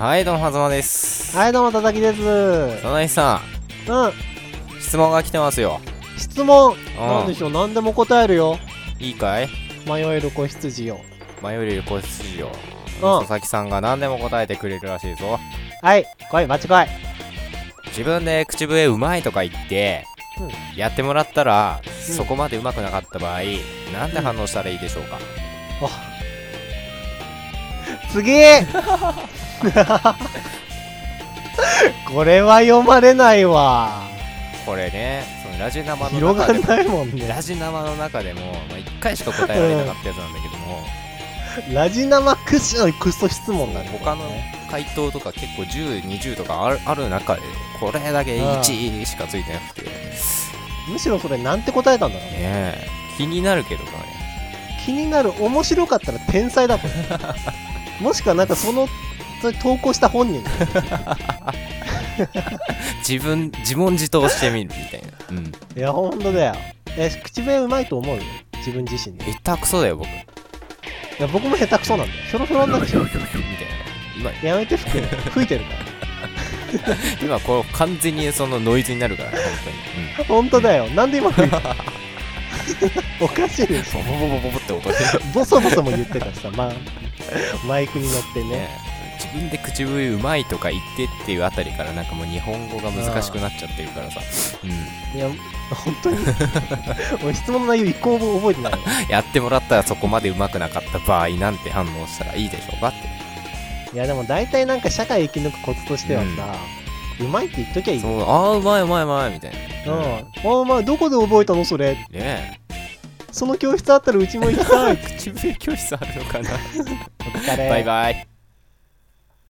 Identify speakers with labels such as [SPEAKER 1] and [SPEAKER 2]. [SPEAKER 1] はい、どうも、はずまです。
[SPEAKER 2] はい、どうも、たたきです。う
[SPEAKER 1] どないさ
[SPEAKER 2] ん。
[SPEAKER 1] ん、質問が来てますよ。
[SPEAKER 2] 質問。
[SPEAKER 1] ん
[SPEAKER 2] なんでしょう、何でも答えるよ。
[SPEAKER 1] いいかい
[SPEAKER 2] 迷える子羊よ。
[SPEAKER 1] 迷える子羊を。
[SPEAKER 2] うん
[SPEAKER 1] 佐々木さんが何でも答えてくれるらしいぞ。
[SPEAKER 2] はい、来い、待ち来い。
[SPEAKER 1] 自分で口笛うまいとか言って、
[SPEAKER 2] う
[SPEAKER 1] やってもらったら、
[SPEAKER 2] うん
[SPEAKER 1] そこまでうまくなかった場合、なんて反応したらいいでしょうか、
[SPEAKER 2] 次 これは読まれないわ。
[SPEAKER 1] これね、そのラジ生の
[SPEAKER 2] 広が
[SPEAKER 1] 中で
[SPEAKER 2] ん
[SPEAKER 1] も、
[SPEAKER 2] ないもんね。
[SPEAKER 1] ラジ生の中でも、まあ、1回しか答えられなかったやつなんだけども、
[SPEAKER 2] ラジ生屈指のクソ質問だね。
[SPEAKER 1] 他の回答とか結構10、20とかあるある中で、これだけ1しかついてなくて、
[SPEAKER 2] むしろそれなんて答えたんだろうね。
[SPEAKER 1] ねえ気になるけどね
[SPEAKER 2] 気になる、面白かったら天 才だと思う。もしくはなんかその、それ投稿した本人。
[SPEAKER 1] 自分自問自答してみるみたいなうん
[SPEAKER 2] いや、ほんとだよ。え、口笛うまいと思うよ。自分自身で。
[SPEAKER 1] 下手くそだよ僕み
[SPEAKER 2] いや僕も下手くそ なんだよひょろひょろになってきてる
[SPEAKER 1] たいな今
[SPEAKER 2] やめて吹く吹いてるか
[SPEAKER 1] 今こう完全にそのノイズになるから本
[SPEAKER 2] ら本当だよなんで今吹いた おかしいでし
[SPEAKER 1] 当
[SPEAKER 2] ょ
[SPEAKER 1] に、うん、ボボボボボって音で、
[SPEAKER 2] ボソボソも言ってたしさ、まあ、マイクに乗ってね
[SPEAKER 1] ねえ、自分で口笛うまいとか言ってっていうあたりからなんかもう日本語が難しくなっちゃってるからさ、う
[SPEAKER 2] いや本当に俺質問の内容一個も覚えてないよ
[SPEAKER 1] ん、やってもらったらそこまでうまくなかった場合なんて反応したらいいでしょうかって
[SPEAKER 2] いやでも大体なんか社会生き抜くコツとしてはさ、うまいって言っときゃいい
[SPEAKER 1] そ
[SPEAKER 2] よ
[SPEAKER 1] うああうまいうまいうまいみたい
[SPEAKER 2] うん、
[SPEAKER 1] な、
[SPEAKER 2] あお前どこで覚えたのそれ
[SPEAKER 1] ね
[SPEAKER 2] その教室あったらうちも行きたい
[SPEAKER 1] え口笛教室あるのかな
[SPEAKER 2] お疲れ
[SPEAKER 1] バイバイ